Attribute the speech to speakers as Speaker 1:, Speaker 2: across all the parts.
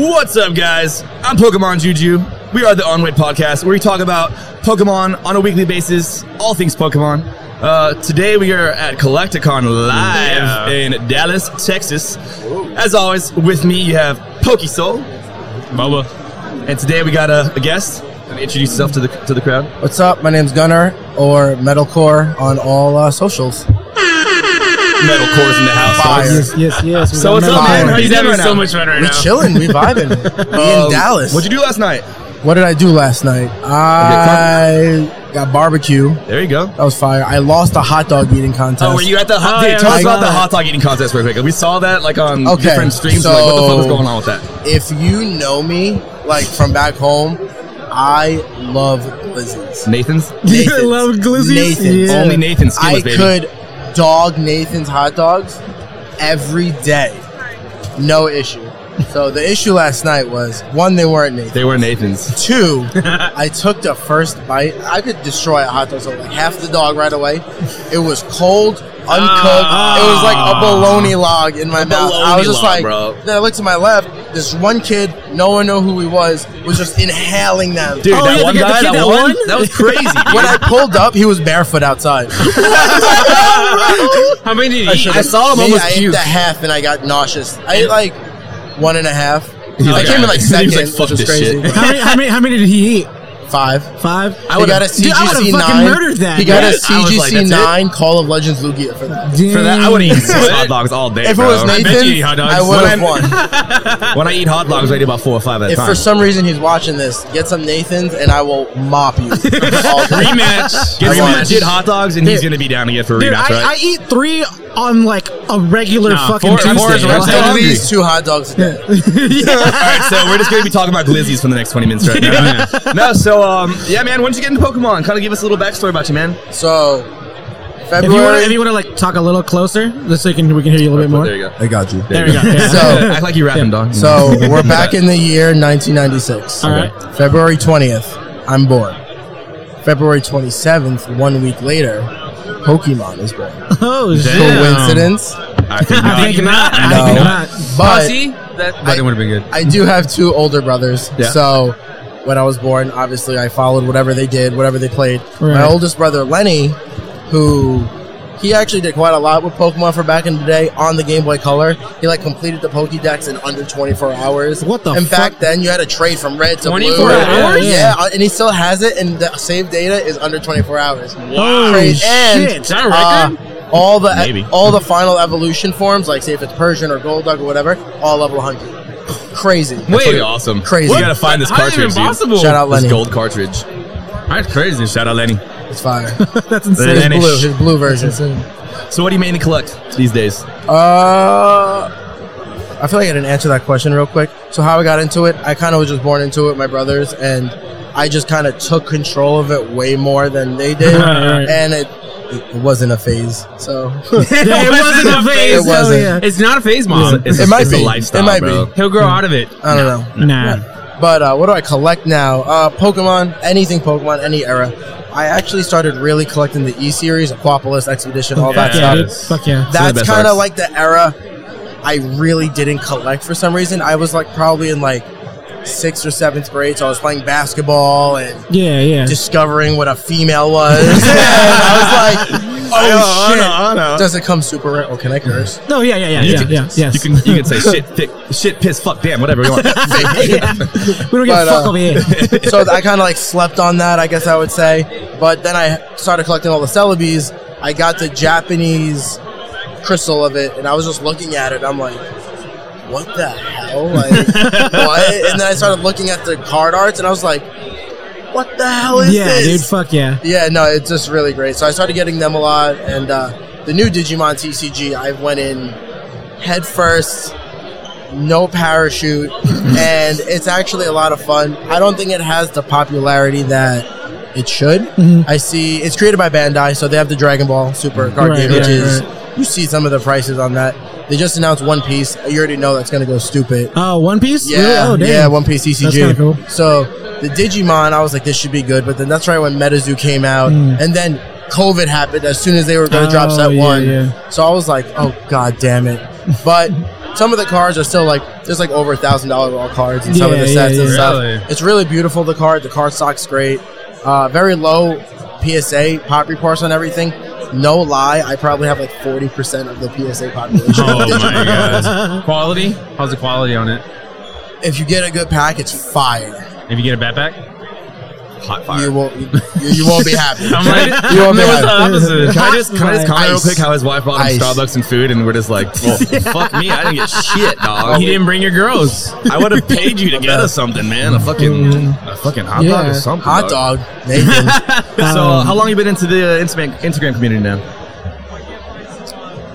Speaker 1: What's up, guys? I'm Pokemon Juju. We are the On Wit podcast where we talk about Pokemon on a weekly basis, all things Pokemon. Uh, today we are at Collecticon Live
Speaker 2: Yeah.
Speaker 1: in Dallas, Texas. As always, with me you have Pokesoul,
Speaker 2: Boba.
Speaker 1: and today we got a, a guest. Gonna introduce yourself to the to the crowd.
Speaker 3: What's up? My name's Gunnar or Metalcore on all uh, socials.
Speaker 1: Metalcore's in the house.
Speaker 3: Fire.
Speaker 1: folks.
Speaker 4: Yes, yes.
Speaker 2: So what's up, man?
Speaker 3: Fire.
Speaker 2: How you
Speaker 1: He's
Speaker 2: having
Speaker 1: doing now.
Speaker 2: so much fun right
Speaker 3: We
Speaker 2: now?
Speaker 3: chilling, we vibing. we in
Speaker 1: Um,
Speaker 3: Dallas.
Speaker 1: What'd you do last night?
Speaker 3: what did I do last night? I got barbecue.
Speaker 1: There you go.
Speaker 3: That was fire. I lost a hot dog eating contest.
Speaker 1: Oh, were you at the hot?
Speaker 2: Oh,
Speaker 1: dude,
Speaker 2: yeah,
Speaker 1: tell
Speaker 3: I
Speaker 1: us about the
Speaker 3: got-
Speaker 1: hot dog eating contest real quick. We saw that like on
Speaker 3: Okay,
Speaker 1: different streams. like, what the fuck was
Speaker 3: so-
Speaker 1: going on with that?
Speaker 3: if you know me, like from back home, I love glizzies.
Speaker 1: Nathan's.
Speaker 3: You
Speaker 4: Nathan's. love glizzies?
Speaker 3: Nathan's.
Speaker 4: Yeah.
Speaker 1: Only Nathan's skin
Speaker 3: I
Speaker 1: was baby.
Speaker 3: could dog Nathan's hot dogs every day. No issue. So the issue last night was one, they weren't Nathan's.
Speaker 1: They were Nathan's.
Speaker 3: Two, I took the first bite. I could destroy a hot dog, so like half the dog right away. It was cold, uncooked.
Speaker 2: Ah.
Speaker 3: it was like a bologna log in my mouth. I
Speaker 1: bologna
Speaker 3: was just
Speaker 1: log,
Speaker 3: like,
Speaker 1: bro.
Speaker 3: then I looked to my left. This one kid, no one knew who he was, was just inhaling them.
Speaker 1: Dude,
Speaker 2: Oh,
Speaker 1: that
Speaker 2: yeah,
Speaker 1: one
Speaker 2: the kid- the
Speaker 1: guy,
Speaker 2: kid
Speaker 1: that,
Speaker 2: that
Speaker 1: one,
Speaker 2: won?
Speaker 1: that was crazy.
Speaker 3: When I pulled up, he was barefoot outside.
Speaker 2: How many did you
Speaker 1: I
Speaker 2: eat?
Speaker 1: should've- I saw him
Speaker 3: Me,
Speaker 1: almost
Speaker 3: I ate
Speaker 1: puke.
Speaker 3: the half and I got nauseous. I ate like one and a half.
Speaker 1: He's
Speaker 3: I
Speaker 1: like,
Speaker 3: came in like
Speaker 1: "He was like,
Speaker 3: second,
Speaker 1: "Fuck
Speaker 3: which was
Speaker 1: this
Speaker 3: crazy.
Speaker 1: shit."
Speaker 4: How many, how, many, how many did he eat?
Speaker 3: Five.
Speaker 4: Five?
Speaker 3: I would got a
Speaker 4: Dude, I would've
Speaker 3: CGC
Speaker 4: fucking
Speaker 3: nine.
Speaker 4: murdered that.
Speaker 3: He got a
Speaker 1: dude. I was like,
Speaker 3: CGC
Speaker 1: that's it.
Speaker 3: nine Call of Legends Lugia for that.
Speaker 1: For that, I would eat six hot dogs all day.
Speaker 3: If it
Speaker 1: bro.
Speaker 3: was
Speaker 2: bet you eat
Speaker 3: Nathan,
Speaker 2: hot dogs.
Speaker 3: I would have
Speaker 1: When
Speaker 3: won.
Speaker 1: When I eat hot dogs, I eat about four or five at a
Speaker 3: If
Speaker 1: time.
Speaker 3: for some reason he's watching this, get some Nathan's and I will mop you. All day.
Speaker 2: rematch.
Speaker 1: Get
Speaker 3: I
Speaker 1: some
Speaker 3: want-
Speaker 1: legit hot dogs, and he's
Speaker 4: Dude.
Speaker 1: gonna be down again for a
Speaker 4: Dude,
Speaker 1: rematch,
Speaker 4: I, I
Speaker 1: right?
Speaker 4: eat three on like a regular
Speaker 2: Nah,
Speaker 4: fucking
Speaker 2: four-
Speaker 4: Tuesday.
Speaker 2: four is
Speaker 4: bro.
Speaker 2: I'm still
Speaker 3: At
Speaker 2: hungry.
Speaker 3: least two hot dogs a day.
Speaker 1: All right, so we're just gonna be talking about glizzies for the next twenty minutes right now. no, so um, yeah, man. When did you get into Pokemon? Kind of give us a little backstory about you, man.
Speaker 3: So
Speaker 4: If you want,
Speaker 3: February.
Speaker 4: if you want to like talk a little closer, just so you can we can hear you a little bit more.
Speaker 1: There you go.
Speaker 3: I got you.
Speaker 4: There we go. Yeah.
Speaker 3: So-
Speaker 1: act like you're rapping, dog.
Speaker 3: So we're back in the year 1996.
Speaker 4: all right.
Speaker 3: February 20th, I'm born. February 27th, one week later, Pokemon is born.
Speaker 4: Oh shit!
Speaker 2: Damn.
Speaker 3: Coincidence?
Speaker 1: I think
Speaker 4: I
Speaker 1: not.
Speaker 4: think not.
Speaker 1: No.
Speaker 4: I think not.
Speaker 3: But
Speaker 2: Posse? That,
Speaker 3: I-
Speaker 1: would have been good.
Speaker 3: I do have two older brothers.
Speaker 1: Yeah.
Speaker 3: So when I was born, obviously I followed whatever they did, whatever they played.
Speaker 4: Right.
Speaker 3: My oldest brother Lenny, who he actually did quite a lot with Pokemon for back in the day on the Game Boy Color. He like completed the Pokédex in under 24 hours.
Speaker 4: What the
Speaker 3: And
Speaker 4: fuck?
Speaker 3: back then you had to trade from red to
Speaker 2: 24
Speaker 3: blue.
Speaker 4: hours?
Speaker 3: Yeah, uh, and he still has it and the save data is under 24 hours.
Speaker 2: wow.
Speaker 4: Holy
Speaker 3: Crazy. And,
Speaker 4: shit!
Speaker 2: Is that a record?
Speaker 3: Uh, all the
Speaker 1: Maybe.
Speaker 3: all the final evolution forms, like say if it's Persian or Golduck or whatever, all level 100. Crazy.
Speaker 1: That's
Speaker 2: Wait.
Speaker 1: fucking awesome.
Speaker 3: Crazy.
Speaker 1: You gotta find this
Speaker 2: How is that
Speaker 1: cartridge,
Speaker 2: even
Speaker 1: dude.
Speaker 2: possible?
Speaker 3: Shout out
Speaker 1: This
Speaker 3: Lenny.
Speaker 1: gold cartridge.
Speaker 2: That's crazy.
Speaker 1: Shout out Lenny.
Speaker 3: It's fire.
Speaker 4: That's insane.
Speaker 1: Lenny.
Speaker 3: his blue, his blue version.
Speaker 1: So what do you mainly collect these days?
Speaker 3: Uh, I feel like I didn't answer that question real quick. So how I got into it, I kind of was just born into it, my brothers, and I just kind of took control of it way more than they did,
Speaker 4: Right.
Speaker 3: and it it wasn't a phase. So
Speaker 2: it wasn't a phase.
Speaker 3: It wasn't.
Speaker 4: yeah.
Speaker 2: It's not a phase, mom.
Speaker 1: It's,
Speaker 3: It might
Speaker 1: it's a
Speaker 3: be.
Speaker 1: lifestyle,
Speaker 3: It might
Speaker 1: bro. Mm.
Speaker 3: be.
Speaker 2: He'll grow out of it.
Speaker 3: I don't know.
Speaker 4: Nah.
Speaker 3: But uh, what do I collect now? Uh, Pokemon, anything Pokemon, any era. I actually started really collecting the E series, Aquapolis, Expedition, all that
Speaker 2: Yeah.
Speaker 3: stuff.
Speaker 4: Yeah, dude. Fuck yeah.
Speaker 1: Some of the
Speaker 3: that's
Speaker 1: best
Speaker 3: kind of
Speaker 1: arcs.
Speaker 3: like the era I really didn't collect for some reason. I was like probably in like sixth or seventh grade, so I was playing basketball and
Speaker 4: Yeah, yeah.
Speaker 3: discovering what a female was. and I was like, oh shit.
Speaker 1: know.
Speaker 3: Does it come super rare? Oh, can I curse?
Speaker 4: No, yeah, yeah, yeah,
Speaker 1: You
Speaker 4: yeah,
Speaker 1: can,
Speaker 4: yeah. Yes.
Speaker 1: you can you can say shit, thick, shit, piss, fuck, damn, whatever you want.
Speaker 4: we don't get
Speaker 3: But, uh,
Speaker 4: fuck over here.
Speaker 3: so I kind of like slept on that, I guess I would say. But then I started collecting all the Celebes. I got the Japanese crystal of it, and I was just looking at it. I'm like, what the hell? Like, what? And then I started looking at the card arts, and I was like, what the hell is
Speaker 4: Yeah,
Speaker 3: this?
Speaker 4: dude. Fuck yeah.
Speaker 3: Yeah, no, it's just really great. So I started getting them a lot, and uh, the new Digimon TCG, I went in head first, no parachute, and it's actually a lot of fun. I don't think it has the popularity that it should. I see it's created by Bandai, so they have the Dragon Ball Super card
Speaker 4: Mm-hmm. Right,
Speaker 3: game,
Speaker 4: right,
Speaker 3: which is you see some of the prices on that. They just announced One Piece. You already know that's going to go stupid.
Speaker 4: Oh, One Piece?
Speaker 3: Yeah,
Speaker 4: Really? Oh, damn.
Speaker 3: yeah, One Piece
Speaker 4: That's kinda
Speaker 3: ECG.
Speaker 4: cool.
Speaker 3: So the Digimon, I was like, this should be good, but then that's right when MetaZoo came out, and then COVID happened as soon as they were going to drop
Speaker 4: Hmm. Oh,
Speaker 3: set
Speaker 4: yeah,
Speaker 3: one.
Speaker 4: yeah.
Speaker 3: So I was like, oh god damn it! But some of the cards are still like there's like over a thousand dollar all cards and some of the
Speaker 4: Yeah,
Speaker 3: sets
Speaker 4: yeah,
Speaker 3: and
Speaker 4: yeah.
Speaker 3: stuff.
Speaker 2: Really?
Speaker 3: It's really beautiful. The card, the card stock's great. Uh, very low PSA pop reports on everything. No lie, I probably have like forty percent of the PSA population.
Speaker 2: Oh my god. Quality? How's the quality on it?
Speaker 3: if you get a good pack, it's fire.
Speaker 2: If you get a backpack?
Speaker 1: Hot fire.
Speaker 3: You won't, you, you won't be happy.
Speaker 2: I'm like,
Speaker 3: You won't be
Speaker 2: it was the
Speaker 3: happy.
Speaker 2: opposite.
Speaker 1: Can I just can I just comment real
Speaker 3: Ice.
Speaker 1: quick how his wife bought him
Speaker 3: Ice.
Speaker 1: Starbucks and food, and we're just like, well, fuck me, I didn't get shit,
Speaker 3: Oh.
Speaker 1: dog.
Speaker 2: You didn't bring your girls.
Speaker 1: I would have paid you to get us something, man. A fucking
Speaker 3: Mm.
Speaker 1: a fucking hot dog
Speaker 4: Yeah.
Speaker 1: or something.
Speaker 3: Hot dog, Nathan.
Speaker 1: So, uh,
Speaker 3: Um,
Speaker 1: how long you been into the uh, Instagram Instagram community now?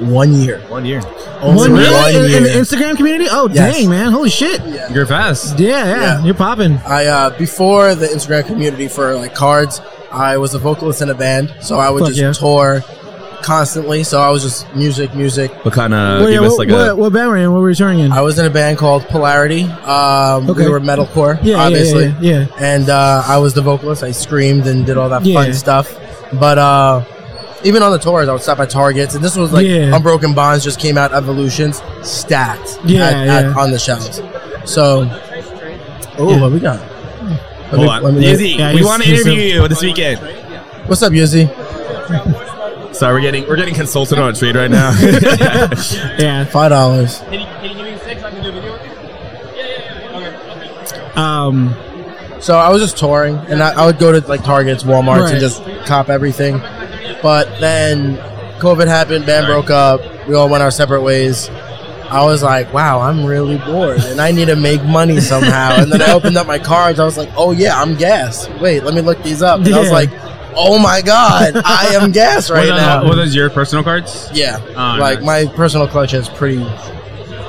Speaker 3: one year,
Speaker 1: One year.
Speaker 3: only
Speaker 4: One
Speaker 3: one,
Speaker 4: million in, in the
Speaker 3: year.
Speaker 4: Instagram community? Oh,
Speaker 3: Yes.
Speaker 4: dang, man. Holy shit. Yeah,
Speaker 2: You're fast.
Speaker 4: yeah.
Speaker 3: Yeah.
Speaker 4: You're popping.
Speaker 3: I uh, before the Instagram community for like cards, I was a vocalist in a band, so I would
Speaker 4: Fuck
Speaker 3: just
Speaker 4: yeah.
Speaker 3: tour constantly. So I was just music, music.
Speaker 1: What kind of
Speaker 4: Wait,
Speaker 1: give
Speaker 4: what,
Speaker 1: us like
Speaker 4: what,
Speaker 1: a
Speaker 4: what band were you in? What were you touring in?
Speaker 3: I was in a band called Polarity. Um,
Speaker 4: Okay.
Speaker 3: We were metalcore,
Speaker 4: Yeah, yeah,
Speaker 3: obviously.
Speaker 4: yeah, yeah.
Speaker 3: And uh, I was the vocalist. I screamed and did all that
Speaker 4: Yeah.
Speaker 3: fun stuff. But uh, even on the tours, I would stop at Targets, and this was like
Speaker 4: Yeah.
Speaker 3: Unbroken Bonds just came out. Evolutions stacked
Speaker 4: Yeah,
Speaker 3: at, at-
Speaker 4: yeah.
Speaker 3: on the shelves. So, oh,
Speaker 4: Yeah.
Speaker 3: what we got? Let
Speaker 1: hold
Speaker 3: me-
Speaker 1: on,
Speaker 3: let me-
Speaker 1: Izzy?
Speaker 4: yeah,
Speaker 1: we
Speaker 4: he's-
Speaker 1: want to
Speaker 4: he's
Speaker 1: interview you this weekend.
Speaker 3: What's up, Yuzi?
Speaker 1: Sorry, we're getting we're getting consulted on a trade right now.
Speaker 4: yeah.
Speaker 3: Five dollars.
Speaker 4: Um,
Speaker 3: So I was just touring, and I, I would go to like Targets, WalMarts,
Speaker 4: Right.
Speaker 3: and just cop everything. But then COVID happened, band broke up, we all went our separate ways. I was like, wow, I'm really bored, and I need to make money somehow. and then I opened up my cards. I was like, oh yeah, I'm gas. Wait, let me look these up. And I was
Speaker 4: Yeah.
Speaker 3: like, oh my god, I am gas right
Speaker 2: Were those-
Speaker 3: now.
Speaker 2: Were those your personal cards?
Speaker 3: yeah,
Speaker 2: Oh,
Speaker 3: like my personal collection is pretty.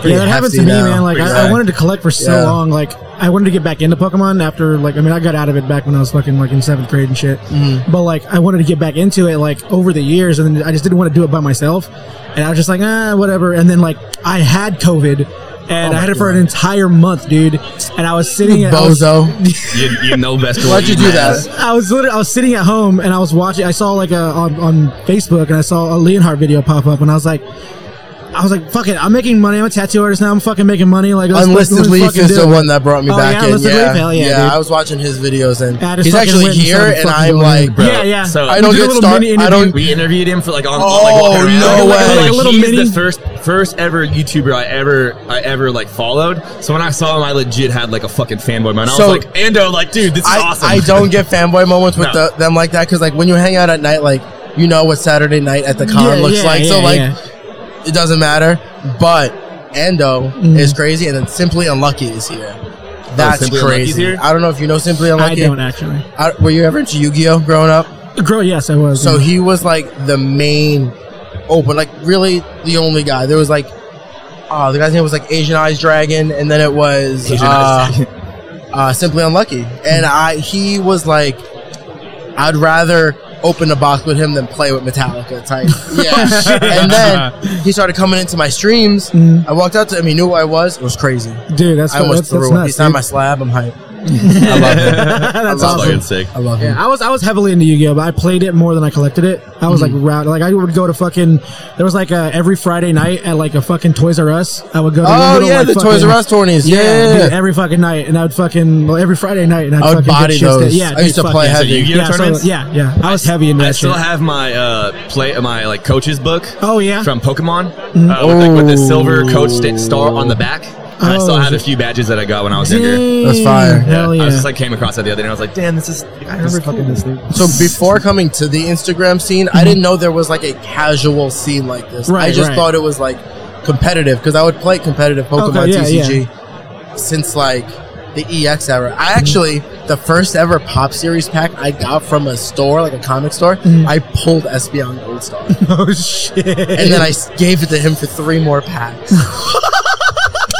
Speaker 3: pretty
Speaker 4: yeah, that happens to me,
Speaker 3: hefty now.
Speaker 4: man. Like,
Speaker 2: Pretty
Speaker 4: I,
Speaker 2: high.
Speaker 4: I wanted to collect for so
Speaker 3: Yeah.
Speaker 4: long. Like, I wanted to get back into Pokemon after, like, I mean, I got out of it back when I was fucking, like, in seventh grade and shit.
Speaker 3: Mm-hmm.
Speaker 4: But, like, I wanted to get back into it, like, over the years, and then I just didn't want to do it by myself. And I was just like, ah, whatever. And then, like, I had COVID,
Speaker 3: Oh
Speaker 4: and I had it for an entire month, dude. And I was sitting at. I was-
Speaker 3: bozo.
Speaker 1: you, you know best.
Speaker 3: Why'd you do that?
Speaker 4: I was literally, I was sitting at home and I was watching. I saw like a on, on Facebook and I saw a Leonhardt video pop up and I was like, I was like, fuck it, I'm making money. I'm a tattoo artist now. I'm fucking making money. Like let's, let's-
Speaker 3: Unlisted
Speaker 4: let's
Speaker 3: Leaf
Speaker 4: fucking
Speaker 3: is
Speaker 4: do
Speaker 3: the
Speaker 4: it.
Speaker 3: one that brought me
Speaker 4: Oh,
Speaker 3: back
Speaker 4: yeah,
Speaker 3: in.
Speaker 4: Unlisted
Speaker 3: yeah,
Speaker 4: Leaf, hell yeah, dude.
Speaker 3: I was was watching his videos and
Speaker 4: Yeah, I just
Speaker 3: he's
Speaker 4: fucking
Speaker 3: actually
Speaker 4: went and
Speaker 3: here,
Speaker 4: started
Speaker 3: and
Speaker 4: fucking
Speaker 3: I'm
Speaker 4: doing
Speaker 3: like,
Speaker 4: it. yeah, yeah.
Speaker 1: So
Speaker 3: I
Speaker 4: We
Speaker 3: don't
Speaker 4: did a
Speaker 3: get
Speaker 4: little
Speaker 3: start-
Speaker 4: mini
Speaker 3: I don't-
Speaker 4: interview.
Speaker 1: We interviewed him for like on
Speaker 3: Oh,
Speaker 1: like walking around.
Speaker 3: no
Speaker 1: Like,
Speaker 3: way.
Speaker 1: Like,
Speaker 4: Like a little
Speaker 1: he's
Speaker 4: mini-
Speaker 1: the first first ever YouTuber I ever I ever like followed. So when I saw him, I legit had like a fucking fanboy moment. I
Speaker 3: So-
Speaker 1: was like, Ando, like, dude, this is
Speaker 3: I,
Speaker 1: awesome.
Speaker 3: I don't get fanboy moments with
Speaker 1: No.
Speaker 3: the, them like that because like when you hang out at night, like you know what Saturday night at the con
Speaker 4: Yeah,
Speaker 3: looks
Speaker 4: yeah,
Speaker 3: like, so
Speaker 4: yeah,
Speaker 3: like
Speaker 4: yeah.
Speaker 3: it doesn't matter. But Endo
Speaker 4: Mm-hmm.
Speaker 3: is crazy, and then Simply Unlucky is here. That's
Speaker 1: Oh, Simply Unlucky's
Speaker 3: crazy.
Speaker 1: here?
Speaker 3: I don't know if you know Simply
Speaker 4: I
Speaker 3: Unlucky.
Speaker 4: don't actually.
Speaker 3: I- were you ever into Yu Gi Oh growing up?
Speaker 4: Girl, yes, I was.
Speaker 3: So he was like the main open, like really the only guy. There was like, uh, the guy's name was like Asian Eyes Dragon, and then it was
Speaker 1: Asian
Speaker 3: uh,
Speaker 1: Eyes Dragon.
Speaker 3: uh, Simply Unlucky. And I, he was like, I'd rather open a box with him than play with Metallica type. Yeah. and then he started coming into my streams. I walked out to him. He knew who I was. It was crazy.
Speaker 4: dude, Mm-hmm. that's
Speaker 3: I almost
Speaker 4: that's, that's
Speaker 3: threw up. He
Speaker 4: nuts.
Speaker 3: signed
Speaker 4: dude.
Speaker 3: my slab. I'm hype. I love him.
Speaker 4: that's
Speaker 1: That's
Speaker 4: awesome.
Speaker 1: fucking sick.
Speaker 3: I love him.
Speaker 4: Yeah, I was I was heavily into Yu-Gi-Oh, but I played it more than I collected it. I was
Speaker 3: Mm.
Speaker 4: like route like I would go to fucking there was like a, every Friday night at like a fucking Toys R Us. I would go. to
Speaker 3: Oh
Speaker 4: little,
Speaker 3: yeah,
Speaker 4: like,
Speaker 3: the
Speaker 4: fucking-
Speaker 3: Toys R Us tourneys. Yeah,
Speaker 4: Yeah, dude, every fucking night, and I would fucking well, every Friday night, and I'd
Speaker 3: I would
Speaker 4: fucking get
Speaker 3: body
Speaker 4: shit sta-
Speaker 3: those.
Speaker 4: Yeah,
Speaker 3: I
Speaker 4: dude,
Speaker 3: used to
Speaker 4: fuck
Speaker 3: play
Speaker 4: yeah.
Speaker 1: So
Speaker 3: heavy.
Speaker 1: you get
Speaker 4: Yeah, so I
Speaker 1: tournaments?
Speaker 4: was- yeah, yeah. I was heavy in that
Speaker 1: I still
Speaker 4: shit.
Speaker 1: have my uh, play my like coach's book.
Speaker 4: Oh, yeah?
Speaker 1: from Pokemon uh, with, like, with the silver coach sta- star on the back. And I still
Speaker 4: Oh,
Speaker 1: have a
Speaker 4: shit.
Speaker 1: few badges that I got when I was younger.
Speaker 4: Dang,
Speaker 3: That's fire.
Speaker 4: Hell yeah!
Speaker 1: I was just like came across that the other day and I was like, damn, this is I remember fucking this dude.
Speaker 3: So before coming to the Instagram scene, I didn't know there was like a casual scene like this. I
Speaker 4: Mm-hmm. Right,
Speaker 3: just
Speaker 4: right.
Speaker 3: thought it was like competitive because I would play competitive Pokemon
Speaker 4: Okay, yeah,
Speaker 3: TCG since like the EX era. I actually the first ever Pop Series pack I got from a store, like a comic store.
Speaker 4: Mm-hmm.
Speaker 3: I pulled Espeon Gold Star, and
Speaker 4: oh shit!
Speaker 3: then I s- gave it to him for three more packs.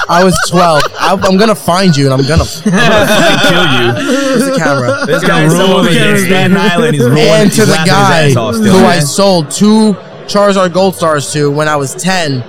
Speaker 3: I was twelve. I, I'm gonna find you, and I'm gonna.
Speaker 1: Kill you.
Speaker 3: There's the camera.
Speaker 1: This guy is
Speaker 2: roll
Speaker 1: so over
Speaker 2: the
Speaker 1: here.
Speaker 2: cameras
Speaker 1: Staten Island. He's rolling.
Speaker 3: and to
Speaker 1: he's
Speaker 3: the
Speaker 1: laughing his
Speaker 3: guy
Speaker 1: ass off still.
Speaker 3: who I sold two Charizard Gold Stars to when I was 10,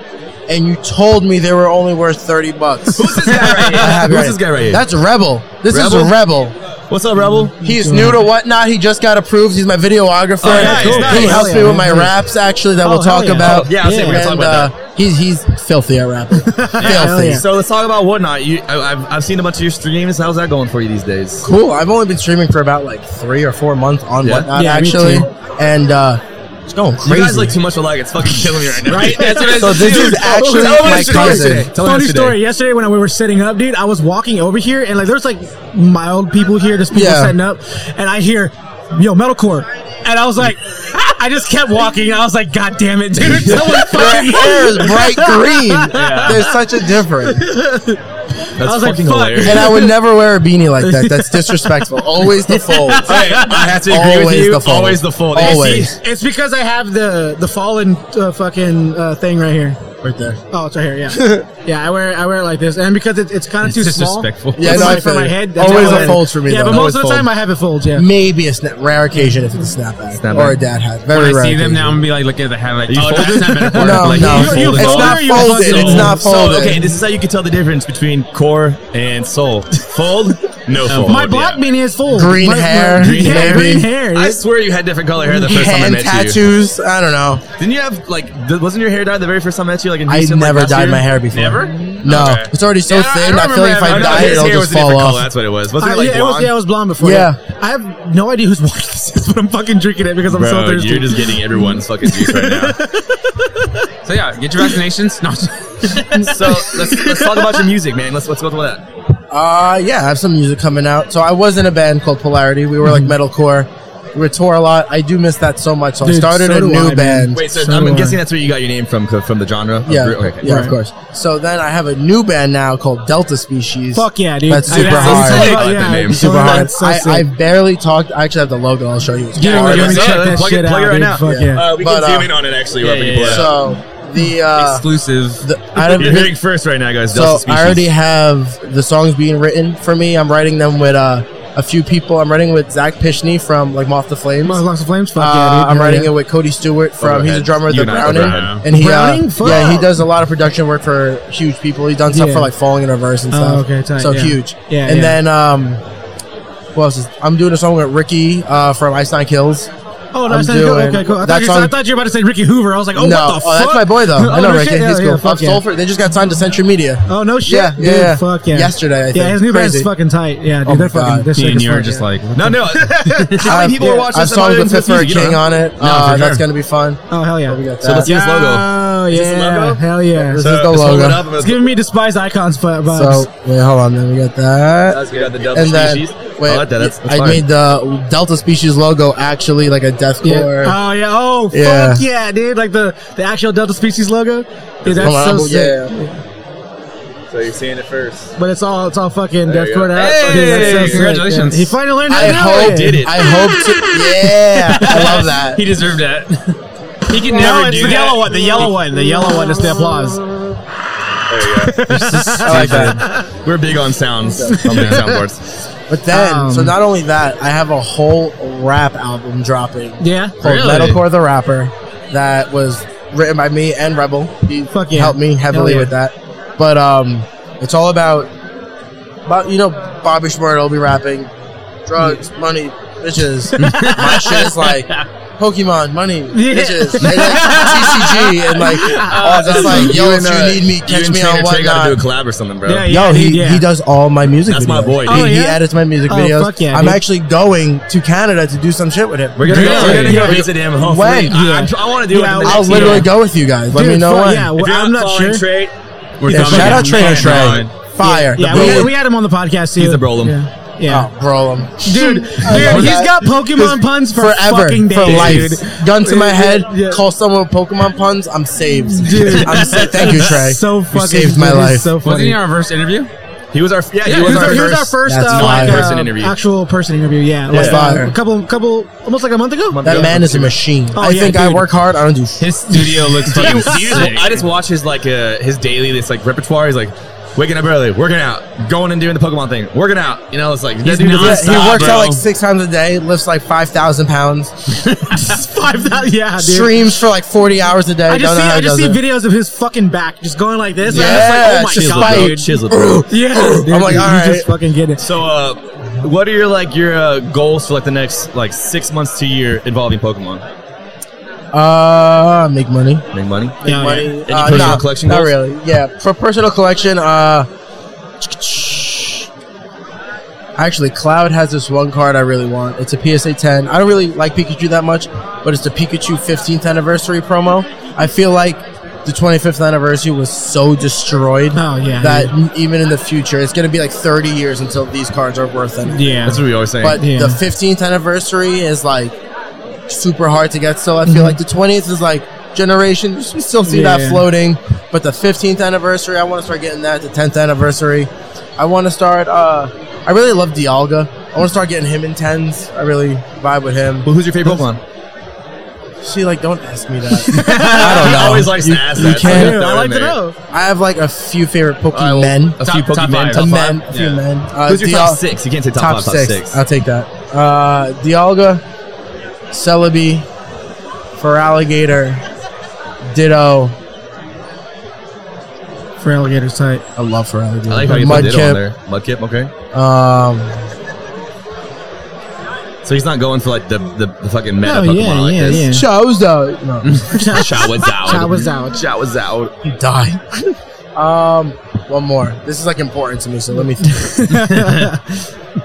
Speaker 3: and you told me they were only worth 30 bucks.
Speaker 1: Who's this guy right here?
Speaker 3: I have it
Speaker 1: Who's
Speaker 3: right.
Speaker 1: this guy right here?
Speaker 3: That's a Rebel. This is a
Speaker 1: Rebel?
Speaker 3: Rebel.
Speaker 1: What's up, Rebel?
Speaker 3: He's new to whatnot. He just got approved. He's my videographer.
Speaker 1: Oh, nice, Cool, nice.
Speaker 3: He helps
Speaker 4: Hell
Speaker 3: me
Speaker 4: yeah,
Speaker 3: with my
Speaker 4: hell yeah.
Speaker 3: raps, actually, that
Speaker 4: Oh,
Speaker 3: we'll
Speaker 4: hell
Speaker 3: talk
Speaker 4: yeah.
Speaker 3: about.
Speaker 4: Oh,
Speaker 1: yeah, I was saying we're gonna talk
Speaker 3: and
Speaker 1: about
Speaker 3: uh, he's he's filthy at rapping. filthy.
Speaker 4: yeah.
Speaker 1: So let's talk about whatnot. You, I, I've, I've seen a bunch of your streams. How's that going for you these days?
Speaker 3: Cool. I've only been streaming for about like three or four months on
Speaker 1: Yeah?
Speaker 3: whatnot,
Speaker 4: Yeah, me
Speaker 3: actually,
Speaker 4: too.
Speaker 3: and uh, it's going
Speaker 1: You
Speaker 3: crazy.
Speaker 1: guys like too much alike. It's fucking killing me right now.
Speaker 2: Right? That's what I
Speaker 3: so
Speaker 2: said.
Speaker 3: this
Speaker 2: dude.
Speaker 3: is actually
Speaker 1: tell him
Speaker 3: my
Speaker 1: it's yours
Speaker 3: cousin.
Speaker 1: today. Tell him
Speaker 4: Funny
Speaker 1: it's today.
Speaker 4: story. Yesterday when we were sitting up, dude, I was walking over here and like there's like mild people here, just people
Speaker 3: Yeah.
Speaker 4: setting up, and I hear, "Yo, metalcore," and I was like, I just kept walking. and I was like, "God damn it, dude!" Someone
Speaker 3: Their
Speaker 4: fucking.
Speaker 3: hair is bright green. There's such a difference.
Speaker 1: That's
Speaker 4: I was like,
Speaker 1: fucking
Speaker 4: fuck.
Speaker 1: hilarious.
Speaker 3: And I would never wear a beanie like that. That's disrespectful. Always the fold.
Speaker 1: Hey, I have to agree with
Speaker 3: Always
Speaker 1: you.
Speaker 3: the fold.
Speaker 1: Always the fold.
Speaker 3: Always.
Speaker 4: It's because I have the the fallen uh, fucking uh, thing right here.
Speaker 3: Right there.
Speaker 4: Oh, it's right here. Yeah, yeah. I wear it, I wear it like this, and because it, it's kind of
Speaker 2: It's
Speaker 4: too
Speaker 2: disrespectful.
Speaker 4: small.
Speaker 3: Yeah,
Speaker 4: for
Speaker 3: no,
Speaker 4: my-
Speaker 3: I
Speaker 4: for
Speaker 3: feel
Speaker 4: my
Speaker 3: you.
Speaker 4: head.
Speaker 3: Always
Speaker 4: how
Speaker 3: a
Speaker 4: I-
Speaker 3: fold for me,
Speaker 4: Yeah,
Speaker 3: though.
Speaker 4: but
Speaker 3: Always
Speaker 4: most of the time
Speaker 3: fold.
Speaker 4: I have it folds. Yeah.
Speaker 3: Maybe a snap, rare occasion if it's a snapback,
Speaker 1: Snapback.
Speaker 3: or a dad hat. Very
Speaker 2: when
Speaker 3: rare.
Speaker 2: I see them
Speaker 3: occasion.
Speaker 2: now, I'm gonna be like, looking at the hat, like,
Speaker 1: you
Speaker 2: oh, that's
Speaker 1: folded?
Speaker 2: not metaphorical.
Speaker 3: No,
Speaker 2: like,
Speaker 3: no,
Speaker 2: you
Speaker 4: you
Speaker 2: folded it.
Speaker 4: folded it.
Speaker 3: it's not folded.
Speaker 4: Fold or you fold?
Speaker 3: It's not
Speaker 1: So,
Speaker 3: folded.
Speaker 1: okay, this is how you can tell the difference between core and soul. Fold, no fold.
Speaker 4: My black beanie is full.
Speaker 3: Green
Speaker 4: My- my-
Speaker 3: hair,
Speaker 4: yeah,
Speaker 3: maybe.
Speaker 4: green hair.
Speaker 1: I swear you had different color hair the first time I
Speaker 3: Hand
Speaker 1: met you.
Speaker 3: tattoos. I don't know.
Speaker 1: Didn't you have like? Th- wasn't your hair dyed the very first time I met you? Like in
Speaker 3: I
Speaker 1: Houston, like,
Speaker 3: never
Speaker 1: last
Speaker 3: dyed
Speaker 1: year?
Speaker 3: my hair before.
Speaker 1: Never.
Speaker 3: No,
Speaker 1: Okay.
Speaker 3: it's already so
Speaker 1: Yeah,
Speaker 3: thin. I,
Speaker 1: don't
Speaker 3: feel like if
Speaker 1: remember
Speaker 3: I
Speaker 1: having- no,
Speaker 3: dye it,
Speaker 1: his
Speaker 3: it'll
Speaker 1: hair was
Speaker 3: just
Speaker 1: a different
Speaker 3: fall
Speaker 1: color,
Speaker 3: off.
Speaker 1: That's what it was. Wasn't
Speaker 4: Uh,
Speaker 1: it like
Speaker 4: yeah, it was,
Speaker 1: blonde?
Speaker 4: yeah, it was blonde before.
Speaker 3: Yeah.
Speaker 4: I have no idea who's watching this, is, but I'm fucking drinking it because I'm so
Speaker 1: Bro,
Speaker 4: thirsty.
Speaker 1: you're just getting everyone's fucking juice right now.
Speaker 2: So yeah, get your vaccinations. No,
Speaker 1: so let's, let's talk about your music, man. Let's let's go with that.
Speaker 3: Uh, yeah, I have some music coming out. So I was in a band called Polarity. We were like
Speaker 1: Mm-hmm.
Speaker 3: metalcore. We were tour a lot. I do miss that so much. So I
Speaker 4: Dude,
Speaker 3: started
Speaker 4: so
Speaker 3: a
Speaker 4: do I,
Speaker 3: new
Speaker 4: man.
Speaker 3: band.
Speaker 1: Wait, so,
Speaker 4: So
Speaker 1: I'm
Speaker 4: do I.
Speaker 1: guessing that's where you got your name from co- from the genre. of
Speaker 3: Yeah,
Speaker 1: group? Okay.
Speaker 3: yeah,
Speaker 4: Right.
Speaker 3: of course. So then I have a new band now called Delta Species.
Speaker 4: Fuck yeah, dude.
Speaker 3: That's
Speaker 4: I-
Speaker 3: super
Speaker 4: that's
Speaker 3: hard.
Speaker 4: sick.
Speaker 1: I like that name.
Speaker 3: Super
Speaker 4: that's
Speaker 3: hard.
Speaker 4: so
Speaker 3: I,
Speaker 4: sick.
Speaker 3: I barely talked. I actually have the logo. I'll show you. It's
Speaker 4: Yeah,
Speaker 3: hard.
Speaker 4: we're gonna
Speaker 1: What's
Speaker 4: check
Speaker 1: up?
Speaker 4: that
Speaker 1: uh, Plug it-
Speaker 4: shit
Speaker 1: plug it
Speaker 4: out,
Speaker 1: right
Speaker 4: dude.
Speaker 1: now.
Speaker 4: Fuck yeah.
Speaker 1: we
Speaker 3: But, uh,
Speaker 1: on it actually.
Speaker 2: yeah,
Speaker 1: while we
Speaker 2: yeah,
Speaker 1: pull it
Speaker 2: yeah.
Speaker 1: up.
Speaker 3: So the uh,
Speaker 2: exclusive.
Speaker 3: the, I don't,
Speaker 1: You're hearing first right now, guys.
Speaker 3: So
Speaker 1: Delta
Speaker 3: I
Speaker 1: Species.
Speaker 3: already have the songs being written for me. I'm writing them with uh, a few people. I'm writing with Zach Pishney from like Moth the Flames.
Speaker 4: Lost, Lost of Flames. Fuck yeah,
Speaker 3: Uh,
Speaker 4: dude.
Speaker 3: I'm
Speaker 4: Hell
Speaker 3: writing
Speaker 4: yeah.
Speaker 3: it with Cody Stewart from he's a
Speaker 1: Overhead.
Speaker 3: drummer at
Speaker 1: You and
Speaker 3: the
Speaker 1: I,
Speaker 3: Browning,
Speaker 1: Overhead.
Speaker 3: and he uh,
Speaker 4: Browning? Fuck.
Speaker 3: yeah he does a lot of production work for huge people. He's done stuff
Speaker 4: Yeah.
Speaker 3: for like Falling in Reverse and
Speaker 4: Oh,
Speaker 3: stuff.
Speaker 4: okay, tight,
Speaker 3: so
Speaker 4: yeah.
Speaker 3: huge.
Speaker 4: Yeah,
Speaker 3: and
Speaker 4: yeah.
Speaker 3: then um, what else? Is, I'm doing a song with Ricky uh, from Ice Nine Kills.
Speaker 4: Oh, no,
Speaker 3: I'm
Speaker 4: I said, cool,
Speaker 3: doing-
Speaker 4: okay, cool. I
Speaker 3: that
Speaker 4: thought, you, were-
Speaker 3: song-
Speaker 4: I thought you were about to say Ricky Hoover. I was like,
Speaker 3: no,
Speaker 4: oh, what the
Speaker 3: oh,
Speaker 4: fuck?
Speaker 3: that's my boy though. I know
Speaker 4: no
Speaker 3: Ricky.
Speaker 4: shit,
Speaker 3: he's
Speaker 4: yeah,
Speaker 3: cool.
Speaker 4: yeah,
Speaker 3: Up
Speaker 4: fuck yeah.
Speaker 3: Sulphur. They just got signed to Century Media.
Speaker 4: Oh no shit,
Speaker 3: Yeah,
Speaker 4: dude,
Speaker 3: yeah, yeah.
Speaker 4: Fuck yeah.
Speaker 3: Yesterday, I
Speaker 4: yeah,
Speaker 3: think.
Speaker 4: his new band's
Speaker 3: Crazy.
Speaker 4: fucking tight. Yeah, dude,
Speaker 3: Oh
Speaker 4: they're
Speaker 3: my God.
Speaker 4: fucking.
Speaker 2: Me
Speaker 4: They're sick
Speaker 2: and
Speaker 4: as
Speaker 2: you are
Speaker 4: fuck,
Speaker 2: just
Speaker 4: yeah.
Speaker 2: like,
Speaker 1: No, no. How
Speaker 3: I've-
Speaker 1: many people
Speaker 3: yeah,
Speaker 1: are watching
Speaker 3: I've
Speaker 1: this?
Speaker 3: Uh, songs with
Speaker 1: Am I into
Speaker 3: Fit for a
Speaker 1: this music? You don't
Speaker 3: King
Speaker 1: know?
Speaker 3: on it.
Speaker 2: for
Speaker 3: uh,
Speaker 2: sure.
Speaker 3: That's gonna be fun.
Speaker 4: Oh hell yeah.
Speaker 3: We got that.
Speaker 1: So let's see this logo.
Speaker 4: Oh
Speaker 1: Is this the logo?
Speaker 4: yeah. Hell yeah.
Speaker 3: This is the
Speaker 1: just hold
Speaker 3: logo.
Speaker 1: it up. I'm
Speaker 4: It's
Speaker 1: gonna-
Speaker 4: giving me despised icons vi-
Speaker 3: So
Speaker 4: vibes.
Speaker 3: wait, hold on. Then we got that.
Speaker 1: That's good. The Delta
Speaker 3: And then
Speaker 1: Species.
Speaker 3: wait,
Speaker 1: I like that. That's, that's
Speaker 3: I
Speaker 1: fine.
Speaker 3: made the Delta Species logo actually like a
Speaker 4: Yeah.
Speaker 3: deathcore.
Speaker 4: Oh yeah. Oh fuck
Speaker 3: Yeah.
Speaker 4: yeah. dude! Like the the actual Delta Species logo. Dude, that's
Speaker 3: Hold on,
Speaker 4: so
Speaker 3: I'm-
Speaker 4: sick.
Speaker 3: yeah, yeah.
Speaker 1: So you're seeing it first.
Speaker 4: But it's all it's all fucking
Speaker 1: There you go.
Speaker 4: deathcore. out.
Speaker 2: Hey,
Speaker 4: Dude, that's so sick.
Speaker 2: congratulations.
Speaker 4: Yeah. He finally learned how
Speaker 3: I
Speaker 4: to do
Speaker 3: hope
Speaker 1: did it.
Speaker 3: I hope to. Yeah, I love that.
Speaker 2: He deserved that. He could never
Speaker 4: No, it's
Speaker 2: do
Speaker 4: the
Speaker 2: that.
Speaker 4: yellow one. The yellow one. The yellow one is the applause.
Speaker 1: There you go.
Speaker 3: I like that.
Speaker 1: We're big on sounds. on big soundboards.
Speaker 3: But then,
Speaker 4: Um,
Speaker 3: so not only that, I have a whole rap album dropping
Speaker 4: Yeah.
Speaker 3: called
Speaker 2: Really?
Speaker 3: Metalcore the Rapper that was written by me and Rebel. He
Speaker 4: Fuck yeah.
Speaker 3: helped me heavily
Speaker 4: Hell yeah.
Speaker 3: with that. But um, it's all about, about you know, Bobby Schmurda will be rapping, drugs, money, bitches. My shit is like Pokemon, money,
Speaker 4: Yeah.
Speaker 3: bitches, and like TCG, and like all this Oh, like, yo, if
Speaker 1: and, uh,
Speaker 3: you need me, catch me on
Speaker 1: Trey gotta do a
Speaker 3: whatnot.
Speaker 1: collab or something, bro.
Speaker 4: Yeah,
Speaker 3: Yo, he,
Speaker 4: yeah.
Speaker 3: he does all my music.
Speaker 1: That's my
Speaker 3: videos.
Speaker 1: boy,
Speaker 3: He,
Speaker 1: dude.
Speaker 4: Oh,
Speaker 3: he
Speaker 4: yeah?
Speaker 3: edits my music
Speaker 4: Oh,
Speaker 3: videos.
Speaker 4: fuck yeah,
Speaker 3: I'm
Speaker 4: dude.
Speaker 3: actually going to Canada to do some shit with him.
Speaker 1: We're gonna, go, we're
Speaker 2: Really?
Speaker 1: gonna go visit him. Hopefully,
Speaker 3: When?
Speaker 1: I, I'm tr- I want to do
Speaker 4: Yeah,
Speaker 1: it. In the
Speaker 4: I'll
Speaker 3: I'll
Speaker 1: next
Speaker 3: literally
Speaker 1: year.
Speaker 3: go with you guys. Let
Speaker 4: Dude,
Speaker 3: me know
Speaker 4: fuck
Speaker 3: when.
Speaker 4: yeah,
Speaker 1: If you're
Speaker 4: I'm
Speaker 1: not
Speaker 4: not
Speaker 1: following
Speaker 4: sure.
Speaker 1: Trey,
Speaker 2: We're
Speaker 3: Yeah,
Speaker 2: coming.
Speaker 3: shout out Trainer
Speaker 2: Yeah,
Speaker 3: Trey.
Speaker 2: no,
Speaker 3: Fire.
Speaker 4: Yeah,
Speaker 3: the
Speaker 4: we had,
Speaker 3: bullet.
Speaker 4: we had him on the podcast too.
Speaker 1: He's a Brolem.
Speaker 4: Yeah,
Speaker 3: Oh,
Speaker 4: yeah.
Speaker 3: bro. um,
Speaker 4: dude, dude,
Speaker 3: love
Speaker 4: he's
Speaker 3: that.
Speaker 4: got Pokemon puns for
Speaker 3: Forever.
Speaker 4: fucking days,
Speaker 3: for life.
Speaker 4: dude.
Speaker 3: Gun to my head.
Speaker 4: Yeah.
Speaker 3: Call someone with Pokemon puns. I'm saved.
Speaker 4: Dude.
Speaker 3: I'm saved. Thank you, Trey.
Speaker 4: So
Speaker 3: you
Speaker 4: fucking
Speaker 3: saved my
Speaker 4: dude, he's
Speaker 3: life.
Speaker 4: So
Speaker 2: Wasn't
Speaker 4: funny.
Speaker 2: he in our first interview?
Speaker 1: He was our yeah.
Speaker 2: Yeah,
Speaker 1: he was
Speaker 4: He
Speaker 1: our
Speaker 4: was, he was
Speaker 1: first.
Speaker 4: our first
Speaker 3: That's
Speaker 4: uh,
Speaker 3: fire.
Speaker 4: like, uh,
Speaker 1: Person interview.
Speaker 4: actual person interview. Yeah, like,
Speaker 1: Yeah.
Speaker 4: uh, a couple, couple, almost like a month ago.
Speaker 3: that man is a machine.
Speaker 4: Oh,
Speaker 3: I
Speaker 4: yeah,
Speaker 3: think I
Speaker 4: dude.
Speaker 3: work hard. I don't do.
Speaker 2: His studio looks
Speaker 1: Do
Speaker 2: fucking
Speaker 1: you- do you just-
Speaker 2: sick.
Speaker 1: I just watch his like uh, his daily this like repertoire. He's like waking up early, working out, going and doing the Pokemon thing, working out. You know, it's like that dude
Speaker 2: not-
Speaker 1: doesn't
Speaker 3: He
Speaker 2: Stop,
Speaker 3: works
Speaker 2: bro.
Speaker 3: out like six times a day. Lifts like five thousand pounds.
Speaker 4: five thousand. Yeah, dude.
Speaker 3: Streams for like forty hours a day.
Speaker 4: I just
Speaker 3: Don't know
Speaker 4: see,
Speaker 3: how
Speaker 4: I
Speaker 3: he
Speaker 4: just see
Speaker 3: does it.
Speaker 4: videos of his fucking back just going like this.
Speaker 3: Yeah,
Speaker 4: Yeah, I'm just like, oh my
Speaker 3: it's just
Speaker 4: god,
Speaker 1: chiseled,
Speaker 3: like-
Speaker 4: dude.
Speaker 1: bro.
Speaker 4: Yeah, dude,
Speaker 3: Oh, like,
Speaker 4: you
Speaker 3: alright.
Speaker 4: just fucking get it.
Speaker 1: So uh, What are your like your uh, goals for like the next like six months to year involving Pokemon?
Speaker 3: Uh, make money.
Speaker 1: Make money.
Speaker 4: Yeah, yeah.
Speaker 3: money. Uh,
Speaker 1: Any personal
Speaker 3: nah,
Speaker 1: collection
Speaker 3: Not
Speaker 1: goals?
Speaker 3: really. Yeah, for personal collection, uh, actually, Cloud has this one card I really want. It's a PSA 10. I don't really like Pikachu that much, but it's the Pikachu 15th anniversary promo. I feel like the 25th anniversary was so destroyed
Speaker 4: Oh, yeah,
Speaker 3: that n- even in the future, it's going to be like 30 years until these cards are worth anything.
Speaker 4: Yeah.
Speaker 1: That's what we always say.
Speaker 3: But
Speaker 4: Yeah.
Speaker 3: the 15th anniversary is like super hard to get. So I
Speaker 1: Mm-hmm.
Speaker 3: feel like the 20th is like generation. We still see
Speaker 4: Yeah.
Speaker 3: that floating. But the 15th anniversary, I want to start getting that. The 10th anniversary, I want to start. Uh, I really love Dialga. I want to start getting him in tens. I really vibe with him.
Speaker 1: well, who's your favorite Pokemon?
Speaker 3: See, like, don't ask me that.
Speaker 1: I don't know. always likes
Speaker 3: You-
Speaker 1: to ask
Speaker 3: you
Speaker 1: that. so
Speaker 3: can't-
Speaker 1: throw
Speaker 4: I
Speaker 1: it
Speaker 4: like
Speaker 1: in
Speaker 4: to
Speaker 1: there.
Speaker 4: know.
Speaker 3: I have like a few favorite
Speaker 1: All right,
Speaker 3: Pokemon.
Speaker 1: well, A few
Speaker 2: Top- top
Speaker 1: Pokemon.
Speaker 2: five.
Speaker 1: Top
Speaker 2: Top
Speaker 1: five.
Speaker 3: men, a few
Speaker 2: Yeah.
Speaker 3: men. Uh,
Speaker 1: Who's your top
Speaker 3: Dial-
Speaker 1: six? You can't say top,
Speaker 3: top,
Speaker 1: five, top
Speaker 3: 6
Speaker 1: six.
Speaker 3: I'll take that. Uh, Dialga, Celebi, Feraligatr, Ditto.
Speaker 4: For alligators tight.
Speaker 3: I love Feraligatr.
Speaker 1: I like how you put Ditto on there. Mudkip, okay.
Speaker 3: Um,
Speaker 1: So he's not going for like the, the, the fucking meta
Speaker 4: No,
Speaker 1: Pokemon
Speaker 4: yeah,
Speaker 1: like
Speaker 4: yeah,
Speaker 1: this.
Speaker 3: Chowza. No,
Speaker 1: Shower's out.
Speaker 4: Shower's out.
Speaker 1: Shower's out.
Speaker 3: die. um, one more. This is like important to me, so let me. Think.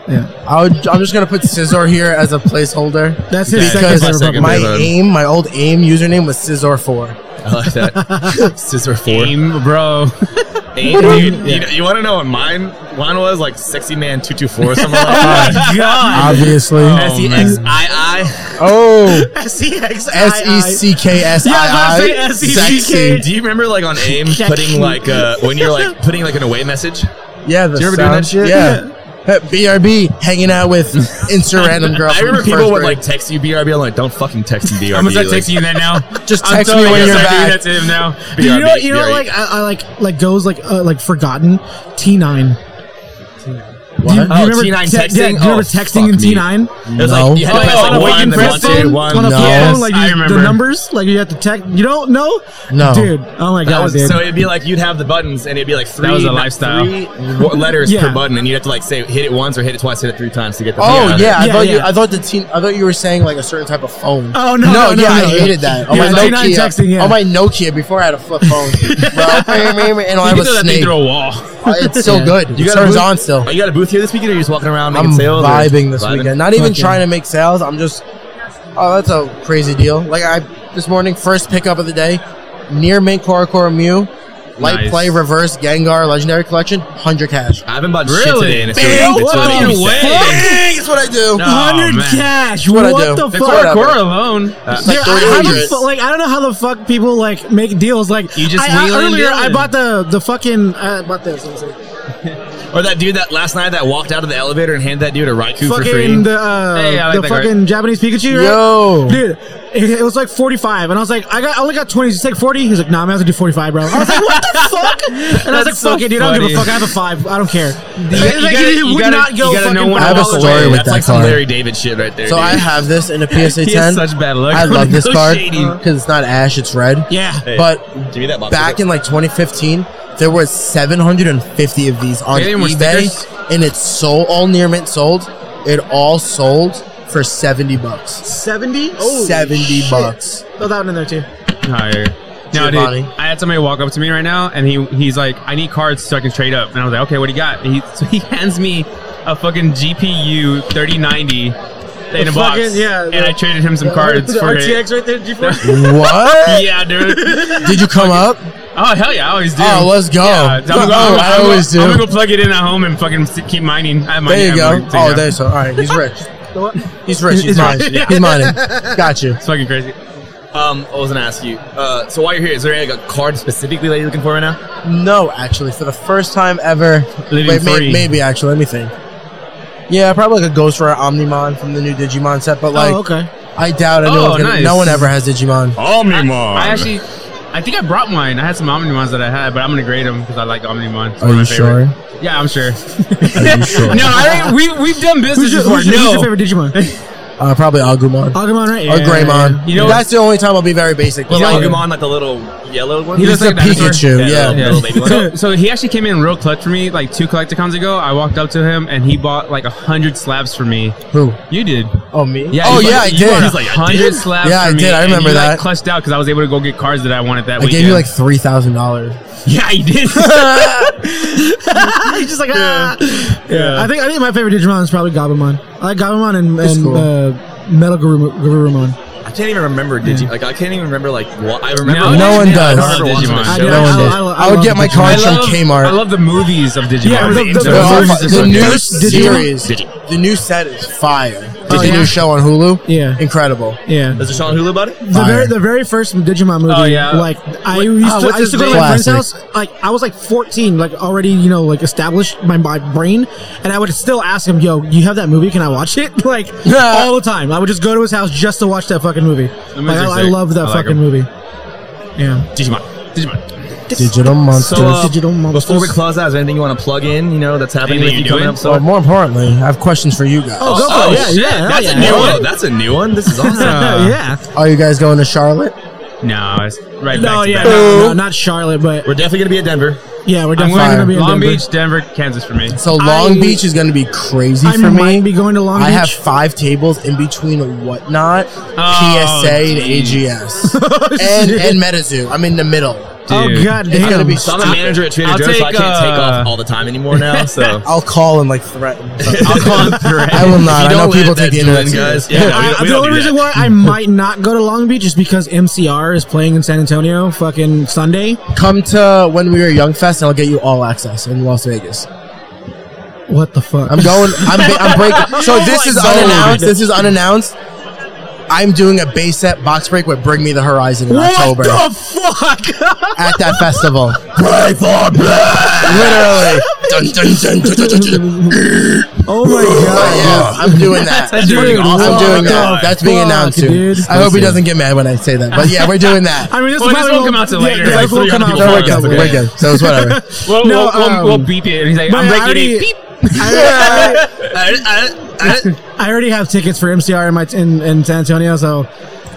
Speaker 4: Yeah.
Speaker 3: I would, I'm just gonna put Scizor here as a placeholder.
Speaker 4: That's his
Speaker 1: Yeah,
Speaker 4: second
Speaker 1: that's my
Speaker 4: favorite
Speaker 1: second Oh,
Speaker 4: Pokemon.
Speaker 3: My
Speaker 1: favorite.
Speaker 3: aim, my old aim username was Scizor Four.
Speaker 1: I like that. Scissor four.
Speaker 2: Aim, bro.
Speaker 1: Aim, dude. You, know- you want to know what mine mine was? Like sexy man two two four or something like that.
Speaker 2: God.
Speaker 3: Obviously.
Speaker 1: S e x i
Speaker 3: Oh,
Speaker 4: S-E-X-I-I.
Speaker 3: S E C K S I
Speaker 4: Yeah, I was
Speaker 3: I.
Speaker 4: about to
Speaker 1: E
Speaker 4: say S-E-C-K.
Speaker 1: i. Do you remember like on AIM putting like uh, when you're like putting like an away message?
Speaker 3: Yeah, the
Speaker 1: Do you ever do
Speaker 3: sound.
Speaker 1: that shit?
Speaker 3: Yeah. Hey, BRB hanging out with instant random girl.
Speaker 1: I
Speaker 3: from
Speaker 1: remember
Speaker 3: first
Speaker 1: people would
Speaker 3: grade.
Speaker 1: like text you BRB. I'm like, don't fucking text me BRB.
Speaker 2: I'm gonna start
Speaker 1: like,
Speaker 2: texting you that now.
Speaker 3: Just
Speaker 2: I'm
Speaker 3: text me
Speaker 2: telling
Speaker 3: when
Speaker 2: you,
Speaker 3: you're
Speaker 2: I'm starting
Speaker 3: back.
Speaker 2: doing that to him now.
Speaker 1: BRB,
Speaker 4: you know, you know,
Speaker 1: BRB.
Speaker 4: like I, I like like goes like uh, like forgotten T nine.
Speaker 3: What?
Speaker 4: Do you, do
Speaker 1: Oh,
Speaker 4: you remember
Speaker 1: T9
Speaker 4: te- yeah,
Speaker 1: texting?
Speaker 4: do you
Speaker 1: Oh,
Speaker 4: remember texting in
Speaker 1: fuck me.
Speaker 4: T nine?
Speaker 1: It was like you had to
Speaker 2: No.
Speaker 1: press like
Speaker 2: Oh, oh,
Speaker 1: one,
Speaker 2: wait, you
Speaker 1: then
Speaker 2: press
Speaker 1: one,
Speaker 2: phone?
Speaker 1: two, one.
Speaker 4: on a
Speaker 3: No.
Speaker 4: phone,
Speaker 2: Yes,
Speaker 4: like
Speaker 2: I
Speaker 4: you, the
Speaker 2: remember.
Speaker 4: numbers, like you have to text. You don't know,
Speaker 3: No.
Speaker 4: dude. Oh my
Speaker 1: That
Speaker 4: god,
Speaker 1: was
Speaker 4: dude.
Speaker 1: so it'd be like you'd have the buttons and it'd be like three.
Speaker 2: was a
Speaker 1: not-
Speaker 2: lifestyle.
Speaker 1: Three w- letters
Speaker 4: Yeah.
Speaker 1: per button, and you'd have to like say hit it once or hit it twice, hit it three times to get the.
Speaker 3: Oh yeah, I
Speaker 4: Yeah,
Speaker 3: thought you.
Speaker 4: yeah.
Speaker 3: I thought the teen. I thought you were saying like a certain type of phone.
Speaker 4: Oh, no, no, no,
Speaker 3: yeah,
Speaker 4: no,
Speaker 3: I
Speaker 4: yeah.
Speaker 3: hated that. On
Speaker 4: Yeah,
Speaker 3: my
Speaker 4: like T9
Speaker 3: Nokia,
Speaker 4: texting, yeah.
Speaker 3: on my Nokia before I had a flip phone, bro. and I
Speaker 2: You can
Speaker 3: was
Speaker 2: throw that thing
Speaker 3: snake.
Speaker 2: through a wall.
Speaker 3: Uh, It's still good.
Speaker 1: You
Speaker 3: it
Speaker 1: got a
Speaker 3: turns
Speaker 1: booth?
Speaker 3: on still.
Speaker 1: Oh, you got a booth here this weekend, or you just walking around making
Speaker 3: I'm
Speaker 1: sales? or-
Speaker 3: vibing this weekend. Not even
Speaker 4: Fucking-
Speaker 3: trying to make sales. I'm just. Oh, that's a crazy deal. Like I this morning, first pickup of the day, near mint Korokoro Mew, light
Speaker 2: Nice.
Speaker 3: play reverse Gengar legendary collection, hundred cash.
Speaker 1: I haven't bought shit
Speaker 2: Really?
Speaker 1: today, and it's
Speaker 2: Bang!
Speaker 1: really, it's really
Speaker 2: What the
Speaker 1: upsetting.
Speaker 2: way?
Speaker 3: Dang, that's what I do.
Speaker 2: No.
Speaker 4: Hundred
Speaker 2: Oh, man.
Speaker 4: cash.
Speaker 3: what I do.
Speaker 4: What, the
Speaker 3: The
Speaker 4: fuck?
Speaker 3: Whatever.
Speaker 2: Core alone.
Speaker 3: like
Speaker 4: Dude, I- how the
Speaker 3: 300.
Speaker 4: fu- like I don't know how the fuck people like make deals. Like
Speaker 2: You just
Speaker 4: I, I,
Speaker 2: wheel and
Speaker 4: earlier,
Speaker 2: deal
Speaker 4: I
Speaker 2: it.
Speaker 4: bought the the fucking uh,
Speaker 3: Ah,
Speaker 4: I bought this. Let me see.
Speaker 1: Or that dude that last night that walked out of the elevator and handed that dude a Raikou for free.
Speaker 4: Fucking the uh,
Speaker 2: Hey, I like
Speaker 4: the
Speaker 2: that
Speaker 4: fucking Japanese Pikachu. Right?
Speaker 3: Yo.
Speaker 4: dude, it, it was like forty five, and I was like, I got I only got twenty. He's like forty. He's like, Nah, I'm gonna have to do forty five, bro. I was like, What the fuck? And I was
Speaker 2: That's
Speaker 4: like,
Speaker 2: so
Speaker 4: Fuck it, dude. I don't give a
Speaker 2: funny.
Speaker 4: fuck. I have a five. I don't care.
Speaker 2: you
Speaker 4: Like,
Speaker 2: gotta-
Speaker 4: it
Speaker 2: you
Speaker 4: would
Speaker 2: gotta-
Speaker 4: not go
Speaker 2: you gotta know
Speaker 4: fucking
Speaker 2: when
Speaker 4: five
Speaker 3: I have a
Speaker 4: dollars.
Speaker 3: story with
Speaker 1: That's
Speaker 3: that
Speaker 1: like some
Speaker 3: card.
Speaker 1: Larry David shit right there.
Speaker 3: So
Speaker 1: dude.
Speaker 3: I have this in a PSA
Speaker 2: He has
Speaker 3: 10.
Speaker 2: such bad luck.
Speaker 3: I love this
Speaker 2: No
Speaker 3: card
Speaker 2: shading.
Speaker 3: because it's not ash, it's red.
Speaker 4: Yeah.
Speaker 1: Hey,
Speaker 3: But
Speaker 1: give me that box
Speaker 3: back
Speaker 1: sticker.
Speaker 3: in like 2015, there was 750 of these on
Speaker 2: They didn't wear stickers?
Speaker 3: eBay, and it's sold all near mint sold. It all sold for 70 bucks.
Speaker 4: Seventy.
Speaker 2: Oh,
Speaker 3: 70 bucks.
Speaker 4: Throw that one in there too.
Speaker 2: higher. No, dude,
Speaker 3: Giovanni.
Speaker 2: I had somebody walk up to me right now, and he he's like, "I need cards so I can trade up." And I was like, "Okay, what do you got?" And he so he hands me a fucking GPU 3090 in a box,
Speaker 4: fucking- yeah,
Speaker 2: and
Speaker 4: the-
Speaker 2: I traded him some cards
Speaker 4: the
Speaker 2: for
Speaker 4: RTX right there. G4.
Speaker 3: What?
Speaker 2: it. Yeah, dude.
Speaker 3: Did you come up?
Speaker 2: Oh hell yeah, I always do.
Speaker 3: Oh, let's go.
Speaker 2: Yeah, I'm gonna go-
Speaker 3: Oh, I
Speaker 2: I'm
Speaker 3: always
Speaker 2: gonna-
Speaker 3: do.
Speaker 2: I'm gonna go plug it in at home and fucking s- keep mining. I have money,
Speaker 3: There
Speaker 2: I
Speaker 3: you
Speaker 2: have
Speaker 3: go.
Speaker 2: money, so
Speaker 3: Oh,
Speaker 2: yeah.
Speaker 3: there's all right. He's rich.
Speaker 4: The what?
Speaker 3: He's rich. He's
Speaker 2: He's
Speaker 3: mine.
Speaker 2: rich, yeah.
Speaker 3: He's mining. Got you.
Speaker 2: it's fucking crazy.
Speaker 1: um, I was gonna ask you. Uh, so while you're here, is there any, like a card specifically that you're looking for right now?
Speaker 3: No, actually, for the first time ever.
Speaker 2: Living
Speaker 3: Wait, may-
Speaker 2: free.
Speaker 3: maybe actually. Let me think. Yeah, probably like a Ghost Rare Omnimon from the new Digimon set, but like
Speaker 4: oh, okay.
Speaker 3: I doubt it.
Speaker 2: Oh,
Speaker 3: no,
Speaker 2: nice.
Speaker 3: no one ever has Digimon.
Speaker 1: Omnimon.
Speaker 2: I actually, I think I brought mine. I had some Omnimons that I had, but I'm gonna grade them because I like Omnimon. It's
Speaker 3: Are
Speaker 2: one of my
Speaker 3: you
Speaker 2: favorite.
Speaker 3: sure?
Speaker 2: Yeah, I'm sure.
Speaker 3: Are you sure?
Speaker 2: no, I think we we've done business
Speaker 4: Who's your,
Speaker 2: before.
Speaker 4: who's your-
Speaker 2: no,
Speaker 4: who's your favorite Digimon?
Speaker 3: Uh, probably Agumon.
Speaker 4: Agumon, right?
Speaker 3: or Greymon.
Speaker 2: You know
Speaker 3: that's the only time I'll be very basic.
Speaker 1: But
Speaker 3: with
Speaker 1: like
Speaker 3: Agumon.
Speaker 1: Pokemon, like the little yellow one.
Speaker 2: He
Speaker 3: He's
Speaker 2: looks like
Speaker 3: a
Speaker 2: a dinosaur.
Speaker 3: Pikachu.
Speaker 1: Yeah,
Speaker 3: Yeah.
Speaker 1: little- little baby one.
Speaker 2: So, so he actually came in real clutch for me, like two collecticons ago. I walked up to him and he bought like a hundred slabs for me.
Speaker 3: Who?
Speaker 2: You did.
Speaker 3: Oh me?
Speaker 2: Yeah.
Speaker 3: Oh
Speaker 2: you
Speaker 3: yeah,
Speaker 2: bought-
Speaker 3: I
Speaker 2: you
Speaker 3: did.
Speaker 2: bought
Speaker 1: He's like, I
Speaker 2: hundred
Speaker 1: did?
Speaker 2: slabs.
Speaker 3: Yeah, I
Speaker 2: for me,
Speaker 3: did. I
Speaker 2: and
Speaker 3: remember
Speaker 2: you, like,
Speaker 3: that.
Speaker 2: clutched out because I was able to go get cards that I wanted that
Speaker 3: I
Speaker 2: weekend.
Speaker 3: gave you like three thousand dollars.
Speaker 2: yeah, you did.
Speaker 4: He's just like, ah. Yeah. I think I think my favorite Digimon is probably Gabumon. I like Gabumon and,
Speaker 3: It's
Speaker 4: and
Speaker 3: cool.
Speaker 4: uh, Metal Garu- Garurumon.
Speaker 1: I can't even remember Digi. Like I can't even remember like what I remember.
Speaker 2: No
Speaker 1: watching
Speaker 2: one
Speaker 1: it, I
Speaker 3: does.
Speaker 1: don't remember
Speaker 2: I
Speaker 1: watching
Speaker 2: love
Speaker 1: the
Speaker 2: Digimon.
Speaker 1: show.
Speaker 3: No one
Speaker 4: I-
Speaker 3: did.
Speaker 4: I- I
Speaker 3: I would
Speaker 4: love
Speaker 3: get my
Speaker 4: Digimon.
Speaker 2: I
Speaker 3: cards from
Speaker 2: love, I
Speaker 3: Kmart.
Speaker 2: love the movies of Digimon.
Speaker 4: Yeah, the- the-
Speaker 2: so
Speaker 4: the-
Speaker 2: movies
Speaker 3: Oh,
Speaker 2: is
Speaker 3: the
Speaker 2: fucking-
Speaker 3: new
Speaker 1: Digi-
Speaker 3: series,
Speaker 1: Digi-
Speaker 3: the new set is fire. The
Speaker 4: yeah?
Speaker 3: new show on Hulu,
Speaker 4: Yeah.
Speaker 3: incredible.
Speaker 4: Yeah.
Speaker 1: Is it Sean Hulu about it?
Speaker 4: The
Speaker 3: Fire.
Speaker 4: very, the very first Digimon movie.
Speaker 2: Oh, yeah.
Speaker 4: Like I used
Speaker 2: ah,
Speaker 4: to,
Speaker 2: what's
Speaker 4: I used to
Speaker 2: his
Speaker 4: go to my
Speaker 3: name?
Speaker 4: friend's house. Like I was like 14, like already, you know, like established my, my brain, and I would still ask him, "Yo, you have that movie? Can I watch it?" Like all the time. I would just go to his house just to watch that fucking movie. Like,
Speaker 2: movies are
Speaker 4: I, I
Speaker 2: sick.
Speaker 4: love that
Speaker 2: I like
Speaker 4: fucking
Speaker 2: 'em.
Speaker 4: movie. Yeah.
Speaker 1: Digimon. Digimon.
Speaker 3: Digital monsters.
Speaker 1: So, uh,
Speaker 4: Digital monsters.
Speaker 1: before we close out, is there anything you want to plug in? You know, that's happening
Speaker 2: Anything
Speaker 1: with you
Speaker 2: you're
Speaker 1: coming
Speaker 2: doing?
Speaker 1: up.
Speaker 3: well,
Speaker 1: So,
Speaker 3: more importantly, I have questions for you
Speaker 2: Oh.
Speaker 3: guys.
Speaker 4: go for it. Yeah,
Speaker 1: shit,
Speaker 4: yeah,
Speaker 1: that's
Speaker 4: yeah,
Speaker 1: a new
Speaker 4: yeah.
Speaker 1: one. That's a new one. This is
Speaker 2: Uh,
Speaker 1: awesome.
Speaker 4: yeah.
Speaker 3: Are you guys going to Charlotte?
Speaker 2: No, it's right
Speaker 4: No,
Speaker 2: back to
Speaker 4: yeah,
Speaker 2: back.
Speaker 4: no, no, not Charlotte, but
Speaker 1: We're definitely gonna be at Denver.
Speaker 4: yeah, we're
Speaker 2: I'm
Speaker 4: definitely
Speaker 2: going
Speaker 4: going to be in
Speaker 2: Long
Speaker 4: Denver.
Speaker 2: Beach, Denver, Kansas for me.
Speaker 3: So Long
Speaker 4: I-
Speaker 3: Beach is going to be crazy
Speaker 4: I
Speaker 3: for
Speaker 4: might
Speaker 3: me.
Speaker 4: be going to Long Beach.
Speaker 3: I have five tables in between whatnot,
Speaker 2: Oh,
Speaker 3: PSA
Speaker 2: geez.
Speaker 3: and AGS, and and MetaZoo. I'm in the middle.
Speaker 4: oh
Speaker 2: Dude.
Speaker 4: god,
Speaker 3: It's
Speaker 4: damn.
Speaker 3: gonna be
Speaker 1: So I'm the
Speaker 3: stupid.
Speaker 1: manager at Trader
Speaker 2: I'll
Speaker 1: Joe's, so I
Speaker 2: take,
Speaker 1: can't take
Speaker 2: uh,
Speaker 1: off all the time anymore now. So
Speaker 3: I'll call and like threaten.
Speaker 2: I'll call him threat.
Speaker 3: I will not. I
Speaker 1: If you
Speaker 3: know
Speaker 1: don't
Speaker 3: people
Speaker 1: live
Speaker 3: take
Speaker 1: that
Speaker 3: the internet.
Speaker 1: Julian, guys.
Speaker 3: serious.
Speaker 1: Yeah, no, we-
Speaker 4: I-
Speaker 1: we
Speaker 4: the
Speaker 1: don't
Speaker 4: only
Speaker 1: do
Speaker 4: reason
Speaker 1: that.
Speaker 4: why I might not go to Long Beach is because MCR is playing in San Antonio fucking Sunday.
Speaker 3: Come to when we were Young Fest, and I'll get you all access in Las Vegas.
Speaker 4: What the fuck?
Speaker 3: I'm going. I'm, ba- I'm breaking. So this is unannounced. This is unannounced. I'm doing a base set box break with Bring Me the Horizon in October
Speaker 4: What the fuck?
Speaker 3: at that festival.
Speaker 1: Play for blood.
Speaker 3: Literally.
Speaker 1: Dun, dun, dun, dun, dun, dun, dun.
Speaker 4: oh my god.
Speaker 3: Yeah, I'm doing that.
Speaker 2: That's doing
Speaker 4: Dude,
Speaker 2: awesome.
Speaker 3: I'm doing
Speaker 4: what
Speaker 3: that.
Speaker 4: the
Speaker 3: That's being
Speaker 4: Oh fuck,
Speaker 3: announced soon.
Speaker 4: dude?
Speaker 3: I hope he doesn't get mad when I say that. But yeah, we're doing that.
Speaker 4: I mean, this
Speaker 2: Well, this
Speaker 4: probably
Speaker 2: won't come out till later,
Speaker 4: Yeah,
Speaker 2: like
Speaker 4: this
Speaker 2: three
Speaker 4: won't come
Speaker 2: other
Speaker 4: out.
Speaker 2: people
Speaker 3: No, we're
Speaker 4: till
Speaker 2: That's
Speaker 3: good.
Speaker 2: okay.
Speaker 3: We're
Speaker 4: later.
Speaker 3: good. So it's whatever.
Speaker 2: We'll,
Speaker 4: No,
Speaker 2: we'll, we'll,
Speaker 4: um,
Speaker 2: we'll beep it. And he's like,
Speaker 4: but
Speaker 2: I'm
Speaker 4: I
Speaker 2: breaking it.
Speaker 4: already-
Speaker 2: Beep.
Speaker 4: I,
Speaker 1: I- I- I-
Speaker 4: I- I already have tickets for MCR in my in, in San Antonio, so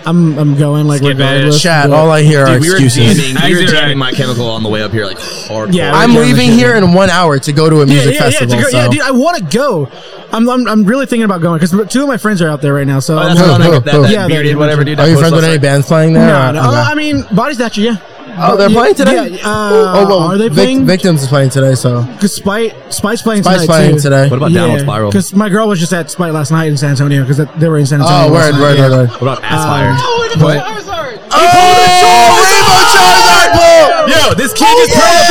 Speaker 4: I'm I'm going like
Speaker 2: Skip it.
Speaker 4: regardless.
Speaker 3: Chat.
Speaker 4: but-
Speaker 3: All I hear are
Speaker 1: Dude, we were
Speaker 3: excuses.
Speaker 1: jamming. We were
Speaker 2: Exit
Speaker 1: jamming my
Speaker 2: right.
Speaker 1: chemical on the way up here, like hard.
Speaker 4: Yeah,
Speaker 3: I'm leaving here in one hour to go to a
Speaker 4: yeah,
Speaker 3: music
Speaker 4: yeah, yeah, to
Speaker 3: festival.
Speaker 4: go, yeah,
Speaker 3: so-
Speaker 4: dude, I want to go. I'm, I'm I'm really thinking about going because two of my friends are out there right now. So
Speaker 1: Oh,
Speaker 4: I'm
Speaker 1: that's
Speaker 4: like,
Speaker 1: the one that, that, that
Speaker 4: Yeah,
Speaker 1: bearded
Speaker 4: that-
Speaker 1: whatever dude. that
Speaker 3: Are you friends
Speaker 1: posts
Speaker 3: with any
Speaker 1: up,
Speaker 3: bands playing there?
Speaker 4: no,
Speaker 3: or-
Speaker 4: no.
Speaker 3: okay.
Speaker 4: Uh, I mean, Body Statue, yeah.
Speaker 3: Oh, they're
Speaker 4: Yeah,
Speaker 3: playing today.
Speaker 4: Yeah. Uh,
Speaker 3: oh, well,
Speaker 4: are they
Speaker 3: Vic-
Speaker 4: playing?
Speaker 3: Victims is playing today, so
Speaker 4: Because Spite, Spite's playing
Speaker 3: Spice
Speaker 4: tonight.
Speaker 3: playing
Speaker 4: too.
Speaker 3: today.
Speaker 1: What about Downward Spiral?
Speaker 4: Because my girl was just at Spite last night in San Antonio because they were in San Antonio.
Speaker 3: Oh, word,
Speaker 4: last
Speaker 3: word,
Speaker 4: night,
Speaker 3: word, word.
Speaker 1: What about Aspire?
Speaker 4: oh,
Speaker 1: Oh,
Speaker 3: Oh, Rainbow Charizard!
Speaker 1: Yo, this kid just pulled a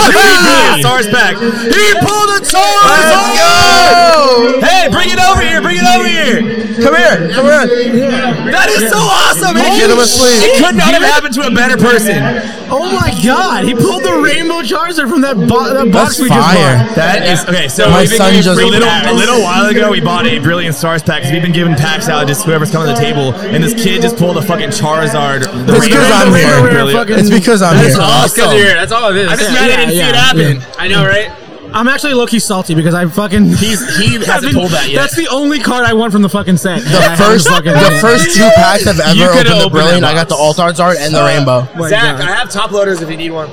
Speaker 1: fucking Charizard. Stars back. He pulled a Charizard.
Speaker 3: Let's
Speaker 1: Hey, bring it over here. Bring it over here.
Speaker 3: go! Come here, come here.
Speaker 1: That is so awesome. It
Speaker 3: Get him
Speaker 1: could-
Speaker 3: asleep.
Speaker 1: It could not have happened to a better person.
Speaker 4: yeah. Oh my God! He pulled the Rainbow Charizard from that, bo- that box
Speaker 3: That's
Speaker 4: we
Speaker 3: fire.
Speaker 4: just bought.
Speaker 1: That is okay. So
Speaker 3: My
Speaker 1: we've been
Speaker 3: son
Speaker 1: giving
Speaker 3: just
Speaker 1: free
Speaker 3: looked
Speaker 1: little,
Speaker 3: at
Speaker 1: a
Speaker 3: us.
Speaker 1: little while ago. We bought a Brilliant Stars pack. 'cause We've been giving packs out just whoever's coming to the table, and this kid just pulled a fucking Charizard. The
Speaker 3: It's 'cause
Speaker 1: rainbow-
Speaker 3: I'm
Speaker 1: the
Speaker 3: here.
Speaker 1: rainbow
Speaker 4: We're
Speaker 1: Brilliant.
Speaker 4: fucking-
Speaker 3: It's because I'm
Speaker 1: That's
Speaker 3: here.
Speaker 1: awesome.
Speaker 2: Because you're- That's all it is.
Speaker 1: I'm just mad
Speaker 2: Yeah.
Speaker 1: I
Speaker 4: Yeah,
Speaker 1: didn't see it
Speaker 4: yeah,
Speaker 1: happen.
Speaker 2: I know, right?
Speaker 4: I'm actually low key salty because I fucking
Speaker 1: He's he
Speaker 4: I've
Speaker 1: hasn't
Speaker 4: been-
Speaker 1: pulled that yet.
Speaker 4: That's the only card I want from the fucking set.
Speaker 3: The first, the first two packs I've
Speaker 2: You could've
Speaker 3: ever opened the
Speaker 2: opened
Speaker 3: Brilliant.
Speaker 2: that
Speaker 3: I got the
Speaker 2: box.
Speaker 3: Altards art and the Rainbow.
Speaker 4: my
Speaker 1: Uh, Zach,
Speaker 4: God.
Speaker 1: I have top loaders if you need one.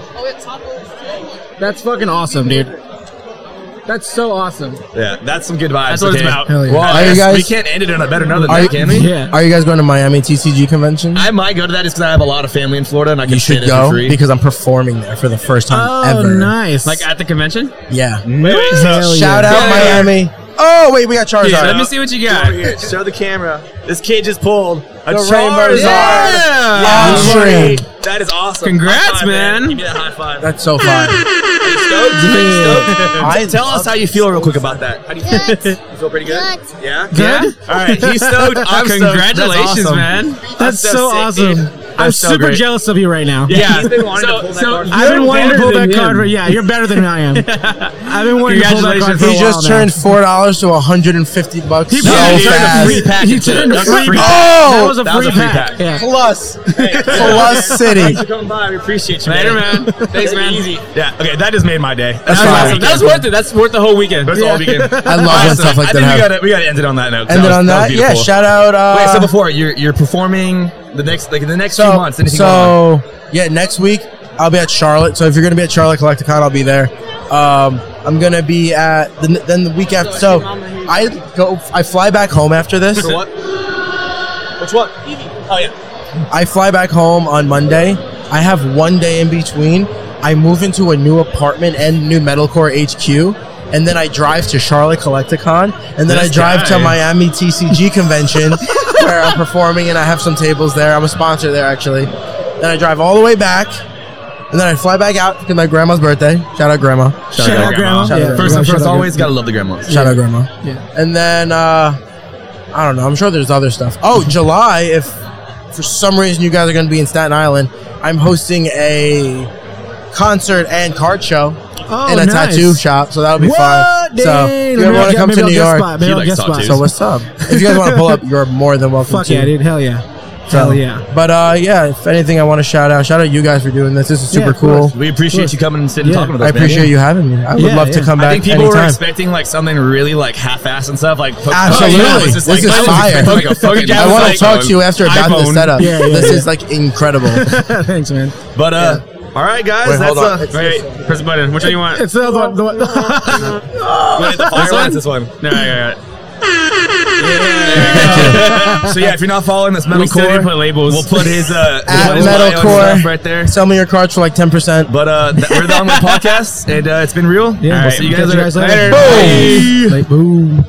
Speaker 4: That's fucking awesome, dude. That's so awesome.
Speaker 1: Yeah, that's some good vibes.
Speaker 2: That's what it's
Speaker 1: okay?
Speaker 2: about.
Speaker 3: Hell yeah.
Speaker 1: Well,
Speaker 3: Are
Speaker 1: I
Speaker 3: you
Speaker 1: guess
Speaker 3: guys-
Speaker 1: we can't end it on a better note than
Speaker 3: Are you,
Speaker 1: that, can we?
Speaker 4: Yeah.
Speaker 3: are you guys going to Miami TCG convention?
Speaker 1: I might go to that just because I have a lot of family in Florida and I can
Speaker 3: you
Speaker 1: stay
Speaker 3: should
Speaker 1: there
Speaker 3: go
Speaker 1: for free.
Speaker 3: because I'm performing there for the first time
Speaker 4: Oh,
Speaker 3: ever.
Speaker 4: nice.
Speaker 2: Like at the convention?
Speaker 3: Yeah.
Speaker 1: Wait, wait, so-
Speaker 4: Hell
Speaker 3: Shout
Speaker 4: yeah.
Speaker 3: out
Speaker 2: Yeah, yeah, yeah.
Speaker 3: Miami. Oh wait, we got Charizard.
Speaker 2: Yeah, let me see what you got.
Speaker 1: Over here, show the camera. This kid just pulled a
Speaker 3: The
Speaker 1: Charizard.
Speaker 3: Rainbow
Speaker 2: Yeah.
Speaker 3: Oh,
Speaker 1: buddy.
Speaker 3: shit.
Speaker 1: That is awesome.
Speaker 2: Congrats,
Speaker 1: High five,
Speaker 2: man.
Speaker 1: Give me that high five.
Speaker 3: That's so fun.
Speaker 1: Stoked? Stoked?
Speaker 3: I
Speaker 1: Tell us
Speaker 3: love
Speaker 1: how you feel real quick about that. How do you feel?
Speaker 5: Good.
Speaker 1: You feel pretty good?
Speaker 5: Good.
Speaker 1: Yeah?
Speaker 2: Yeah?
Speaker 1: All right, he's stoked. I'm stoked. That's
Speaker 2: Congratulations,
Speaker 1: awesome.
Speaker 2: man.
Speaker 4: That's
Speaker 1: I'm
Speaker 4: so
Speaker 1: sick, dude.
Speaker 4: awesome. I'm
Speaker 2: so
Speaker 4: super
Speaker 2: great.
Speaker 4: jealous of you right now.
Speaker 2: Yeah.
Speaker 1: He's been wanting to
Speaker 2: so,
Speaker 1: pull that
Speaker 2: so
Speaker 1: card.
Speaker 4: I've been
Speaker 2: you're
Speaker 4: wanting to
Speaker 2: better
Speaker 4: pull
Speaker 2: than
Speaker 4: that card.
Speaker 2: him.
Speaker 4: For, yeah, you're better than I am. I've been wanting to pull that
Speaker 2: Congratulations.
Speaker 4: card for a
Speaker 3: He
Speaker 4: while
Speaker 3: just
Speaker 4: now.
Speaker 3: turned four dollars to hundred and fifty bucks.
Speaker 4: He
Speaker 3: so
Speaker 4: probably
Speaker 2: turned a
Speaker 3: fast.
Speaker 2: free pack
Speaker 4: He
Speaker 2: into
Speaker 4: turned
Speaker 2: it.
Speaker 4: a
Speaker 2: That's
Speaker 4: free
Speaker 2: free
Speaker 4: pack.
Speaker 3: Oh,
Speaker 4: That was a
Speaker 1: that was
Speaker 4: free
Speaker 1: a free
Speaker 4: pack.
Speaker 1: pack.
Speaker 4: Yeah.
Speaker 3: plus, plus city.
Speaker 1: Thanks for coming by. We appreciate you.
Speaker 2: Later, man. Thanks, man. Easy.
Speaker 1: Yeah. Okay, that just made my day.
Speaker 3: That's
Speaker 1: That's
Speaker 3: fine.
Speaker 1: awesome.
Speaker 2: Awesome. That was worth it. That's worth the whole weekend.
Speaker 1: That's all weekend.
Speaker 3: I love when stuff like
Speaker 1: I
Speaker 3: that
Speaker 1: think we
Speaker 3: happens.
Speaker 1: gotta we gotta end it on that note.
Speaker 3: And then
Speaker 1: was-
Speaker 3: on that,
Speaker 1: was
Speaker 3: yeah,
Speaker 1: beautiful.
Speaker 3: shout out. Uh,
Speaker 1: Wait, so before you're you're performing the next like in the next few months. Anything going on?
Speaker 3: so yeah, next week I'll be at Charlotte. So if you're gonna be at Charlotte Collecticon, I'll be there. Um, I'm gonna be at the, then the week after. So I go, I fly back home after this.
Speaker 1: For what? Which one? Oh yeah.
Speaker 3: I fly back home on Monday. I have one day in between. I move into a new apartment and new metalcore HQ. And then I drive to Charlotte Collecticon, and then
Speaker 1: This
Speaker 3: I drive
Speaker 1: guy.
Speaker 3: to Miami TCG convention where I'm performing, and I have some tables there. I'm a sponsor there actually. Then I drive all the way back, and then I fly back out because my grandma's birthday. Shout out grandma.
Speaker 4: Shout
Speaker 3: Shout
Speaker 4: out, Grandma.
Speaker 3: out
Speaker 4: Yeah,
Speaker 3: Grandma.
Speaker 1: First
Speaker 4: shout
Speaker 1: and
Speaker 4: out
Speaker 1: first,
Speaker 4: Grandma.
Speaker 1: always gotta love the grandmas.
Speaker 3: Shout out grandma.
Speaker 4: Yeah.
Speaker 3: And then uh, I don't know. I'm sure there's other stuff. Oh, July. If for some reason you guys are going to be in Staten Island, I'm hosting a concert and card show
Speaker 4: Oh,
Speaker 3: in a
Speaker 4: nice.
Speaker 3: tattoo shop, so that'll be fun.
Speaker 4: What?
Speaker 3: So
Speaker 4: Dang.
Speaker 3: if you ever
Speaker 4: Maybe I'll
Speaker 3: want to
Speaker 4: get-
Speaker 3: come
Speaker 4: maybe
Speaker 3: to
Speaker 4: I'll
Speaker 3: New
Speaker 4: guest
Speaker 3: York?
Speaker 4: spot. Maybe
Speaker 1: He
Speaker 4: I'll
Speaker 1: likes
Speaker 4: guest spot.
Speaker 1: tattoos.
Speaker 3: So what's up? If you guys want to pull up, you're more than welcome.
Speaker 4: Fuck
Speaker 3: to.
Speaker 4: yeah, dude. Hell yeah.
Speaker 3: So-
Speaker 4: Hell yeah.
Speaker 3: But uh, yeah, if anything, I want to shout out. Shout out you guys for doing this. This is
Speaker 4: Yeah,
Speaker 3: super
Speaker 4: of course.
Speaker 3: cool.
Speaker 1: We appreciate you coming and sitting
Speaker 4: Yeah.
Speaker 1: and talking with
Speaker 3: I
Speaker 1: us. man.
Speaker 3: appreciate you having me. I would
Speaker 4: Yeah,
Speaker 3: love to
Speaker 4: yeah.
Speaker 3: come back
Speaker 1: I think people
Speaker 3: anytime.
Speaker 1: were expecting like something really like half-assed and stuff. Like Pokemon.
Speaker 3: Absolutely.
Speaker 1: it's
Speaker 3: This is
Speaker 1: I was
Speaker 3: fire.
Speaker 1: expecting, Like a fucking
Speaker 2: I
Speaker 3: I
Speaker 2: was
Speaker 3: want to
Speaker 2: like,
Speaker 3: talk
Speaker 2: um,
Speaker 3: to you after about the
Speaker 2: iPhone.
Speaker 3: setup.
Speaker 4: Yeah, yeah,
Speaker 3: this
Speaker 4: yeah.
Speaker 3: is like incredible.
Speaker 4: Thanks, man.
Speaker 1: But uh, all right, guys,
Speaker 3: Wait,
Speaker 1: that's
Speaker 3: hold on.
Speaker 1: uh,
Speaker 3: It's-
Speaker 2: Wait, wait, press the button. Which one you want?
Speaker 4: It's the other one. The one
Speaker 1: wait, the fire one? This one.
Speaker 2: No, yeah,
Speaker 1: So yeah, if you're not following this
Speaker 2: We still need to
Speaker 1: metalcore,
Speaker 2: put labels.
Speaker 1: we'll put his uh we'll
Speaker 3: At
Speaker 1: put his bio and
Speaker 3: metalcore.
Speaker 1: stuff right there.
Speaker 3: Sell me your cards for like ten percent.
Speaker 1: But uh, th- we're the Onward Podcast, and uh, it's been real.
Speaker 4: Yeah.
Speaker 1: We'll see you guys
Speaker 4: Catch you
Speaker 1: later.
Speaker 4: guys later.
Speaker 1: Bye.
Speaker 4: Like, boom.